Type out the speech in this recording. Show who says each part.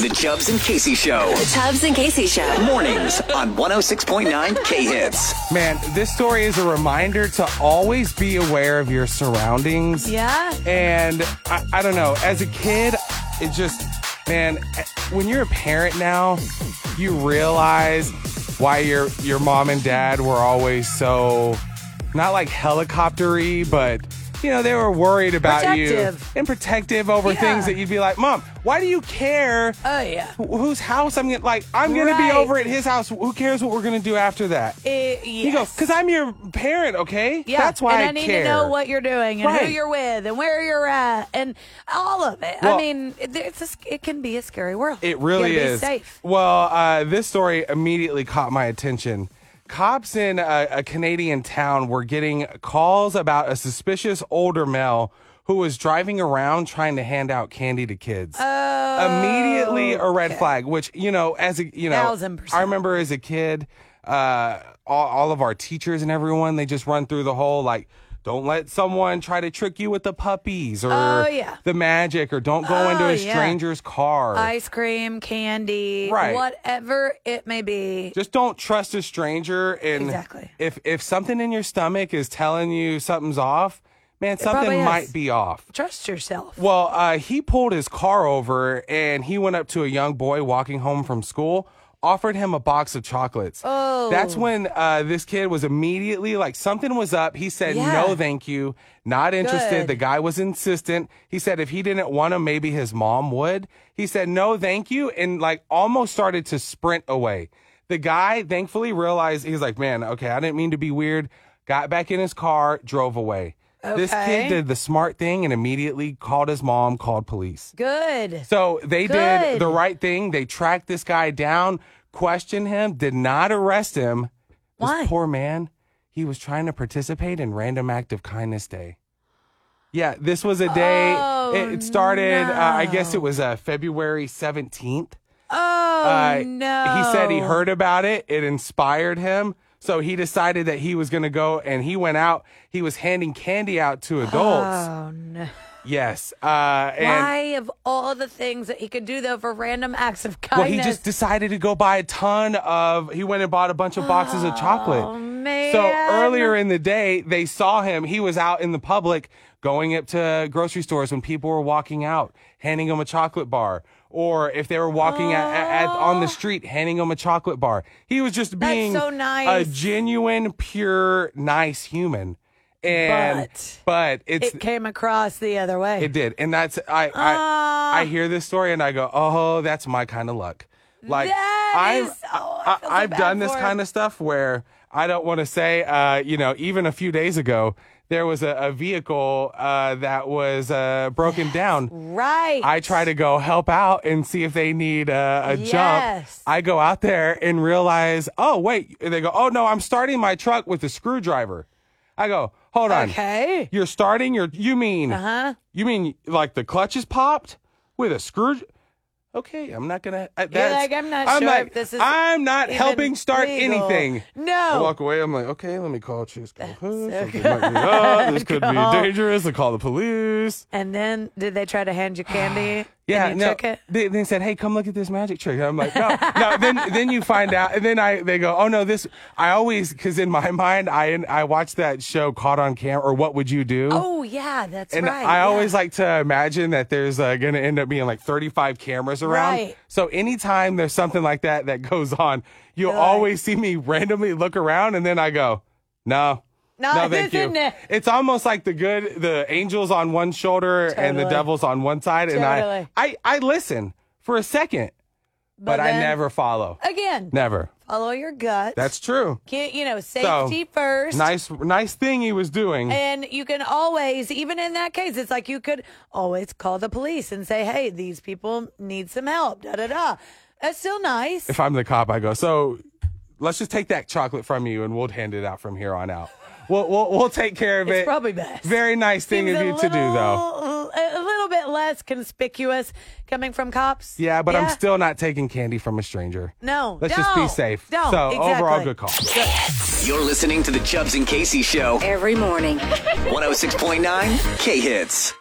Speaker 1: The Chubbs and Casey Show.
Speaker 2: The Tubbs and Casey Show.
Speaker 1: Mornings on 106.9 K Hits.
Speaker 3: Man, this story is a reminder to always be aware of your surroundings.
Speaker 4: Yeah.
Speaker 3: And I, I don't know, as a kid, it just, man, when you're a parent now, you realize why your your mom and dad were always so not like helicoptery, but you know, they were worried about
Speaker 4: Protective.
Speaker 3: you and protective over
Speaker 4: Yeah.
Speaker 3: things that you'd be like, Mom, why do you care?
Speaker 4: Oh yeah.
Speaker 3: wh- whose house I'm gonna like I'm gonna
Speaker 4: Right.
Speaker 3: be over at his house. Who cares what we're gonna do after that?
Speaker 4: It, yes.
Speaker 3: You go because I'm your parent, okay?
Speaker 4: yeah.
Speaker 3: that's why
Speaker 4: and
Speaker 3: I,
Speaker 4: I, need
Speaker 3: care.
Speaker 4: to know what you're doing and who
Speaker 3: Right.
Speaker 4: you're with and where you're at and all of it. I
Speaker 3: Well-
Speaker 4: mean, it, it's a sc- it can be a scary world.
Speaker 3: it really
Speaker 4: you gotta
Speaker 3: is.
Speaker 4: Be safe.
Speaker 3: Well, uh, this story immediately caught my attention. Cops in a, a Canadian town were getting calls about a suspicious older male who was driving around trying to hand out candy to kids.
Speaker 4: Oh,
Speaker 3: immediately a red flag which you know as a you know
Speaker 4: Thousand percent.
Speaker 3: i remember as a kid uh all, all of our teachers and everyone they just run through the whole like don't let someone try to trick you with the puppies or
Speaker 4: Oh, yeah.
Speaker 3: the magic or don't go into
Speaker 4: Oh,
Speaker 3: a
Speaker 4: yeah.
Speaker 3: stranger's car
Speaker 4: Ice cream, candy,
Speaker 3: Right.
Speaker 4: whatever it may be.
Speaker 3: just don't trust a stranger and
Speaker 4: Exactly.
Speaker 3: if if something in your stomach is telling you something's off man
Speaker 4: probably
Speaker 3: something
Speaker 4: is.
Speaker 3: might be off
Speaker 4: Trust yourself.
Speaker 3: Well, uh, he pulled his car over and he went up to a young boy walking home from school, offered him a box of chocolates. Oh. That's when uh, this kid was immediately like, something was up. He said,
Speaker 4: Yeah.
Speaker 3: no, thank you. Not interested.
Speaker 4: Good.
Speaker 3: The guy was insistent. He said if he didn't want him, maybe his mom would. He said, no, thank you. And like almost started to sprint away. The guy thankfully realized he's like, man, okay, I didn't mean to be weird. Got back in his car, drove away. This
Speaker 4: Okay.
Speaker 3: kid did the smart thing and immediately called his mom, called police.
Speaker 4: Good.
Speaker 3: So they did
Speaker 4: Good.
Speaker 3: the right thing. They tracked this guy down, questioned him, did not arrest him.
Speaker 4: Why?
Speaker 3: This poor man, he was trying to participate in Random Act of Kindness Day. Yeah, this was a day.
Speaker 4: Oh,
Speaker 3: it, it started, uh, I guess
Speaker 4: no.
Speaker 3: it was uh, February 17th.
Speaker 4: oh
Speaker 3: Uh,
Speaker 4: no.
Speaker 3: He said he heard about it. It inspired him. So he decided that he was going to go and he went out. He was handing candy out to adults.
Speaker 4: Oh no.
Speaker 3: Yes. Uh, and
Speaker 4: Why of all the things that he could do though for random acts of kindness?
Speaker 3: well, he just decided to go buy a ton of. He went and bought a bunch of boxes of chocolate.
Speaker 4: Oh, man.
Speaker 3: So earlier in the day, they saw him. He was out in the public going up to grocery stores when people were walking out, handing them a chocolate bar. Or if they were walking at, at, at- on the street, handing them a chocolate bar. He was just being
Speaker 4: Oh. so nice.
Speaker 3: a genuine, pure, nice human. And
Speaker 4: But-
Speaker 3: but it's
Speaker 4: it came across the other way.
Speaker 3: it did, and that's I
Speaker 4: Ah.
Speaker 3: I, I hear this story and I go, oh, that's my kind of luck. Like
Speaker 4: That
Speaker 3: I've
Speaker 4: is- oh, I
Speaker 3: I,
Speaker 4: feel so
Speaker 3: have
Speaker 4: bad
Speaker 3: done this
Speaker 4: for him.
Speaker 3: kind of stuff where I don't want to say, uh, you know, even a few days ago there was a, a vehicle uh, that was uh, broken down.
Speaker 4: right.
Speaker 3: I try to go help out and see if they need uh, a jump.
Speaker 4: Yes.
Speaker 3: I go out there and realize, oh wait, they go, oh no, I'm starting my truck with a screwdriver. I go, hold on.
Speaker 4: Okay.
Speaker 3: You're starting your. You mean?
Speaker 4: Uh-huh.
Speaker 3: You mean like the clutch is popped with a screw? Okay, I'm not gonna. I- that's-
Speaker 4: like, I'm not sure if this is
Speaker 3: I'm not
Speaker 4: even
Speaker 3: helping start
Speaker 4: legal.
Speaker 3: anything.
Speaker 4: No.
Speaker 3: I walk away. I'm like, okay, let me call Chisco. Something
Speaker 4: so
Speaker 3: might be up. This could
Speaker 4: Call.
Speaker 3: be dangerous. I call the police.
Speaker 4: And then did they try to hand you candy?
Speaker 3: Yeah,
Speaker 4: and you
Speaker 3: no.
Speaker 4: took it?
Speaker 3: They, they said, "Hey, come look at this magic trick." I'm like, "No, no." Then, then you find out, and then I they go, "Oh no, this." I always because in my mind, I I watch that show Caught on Camera or What Would You Do?
Speaker 4: Oh yeah, that's
Speaker 3: And
Speaker 4: right.
Speaker 3: I
Speaker 4: yeah.
Speaker 3: always like to imagine that there's uh, going to end up being like 35 cameras around.
Speaker 4: Right.
Speaker 3: So anytime there's something like that that goes on, you'll
Speaker 4: You're like-
Speaker 3: always see me randomly look around and then I go, no.
Speaker 4: No,
Speaker 3: no,
Speaker 4: this
Speaker 3: thank you.
Speaker 4: isn't it.
Speaker 3: It's almost like the good, the angels on one shoulder and the
Speaker 4: Totally.
Speaker 3: devils on one side, and
Speaker 4: Totally.
Speaker 3: I, I, I listen for a second, but, I
Speaker 4: then-
Speaker 3: never follow.
Speaker 4: again
Speaker 3: Never.
Speaker 4: follow your gut.
Speaker 3: That's true.
Speaker 4: Can't, you know safety first.
Speaker 3: Nice, nice thing he was doing.
Speaker 4: And you can always, even in that case, it's like you could always call the police and say, "Hey, these people need some help." Da da da. That's still nice.
Speaker 3: if I'm the cop, I go, so let's just take that chocolate from you and we'll hand it out from here on out. We'll, we'll, we'll take care of
Speaker 4: It's
Speaker 3: it.
Speaker 4: probably best.
Speaker 3: Very nice thing
Speaker 4: Seems
Speaker 3: of
Speaker 4: a
Speaker 3: you to do, though.
Speaker 4: little- A little bit less conspicuous coming from cops.
Speaker 3: Yeah, but I'm still not taking candy from a stranger.
Speaker 4: No,
Speaker 3: Let's just be
Speaker 4: don't,
Speaker 3: safe.
Speaker 4: don't,
Speaker 3: So, overall,
Speaker 4: exactly.
Speaker 3: good call.
Speaker 1: You're listening to The Chubbs and Casey Show.
Speaker 2: Every morning.
Speaker 1: 106.9 K Hits.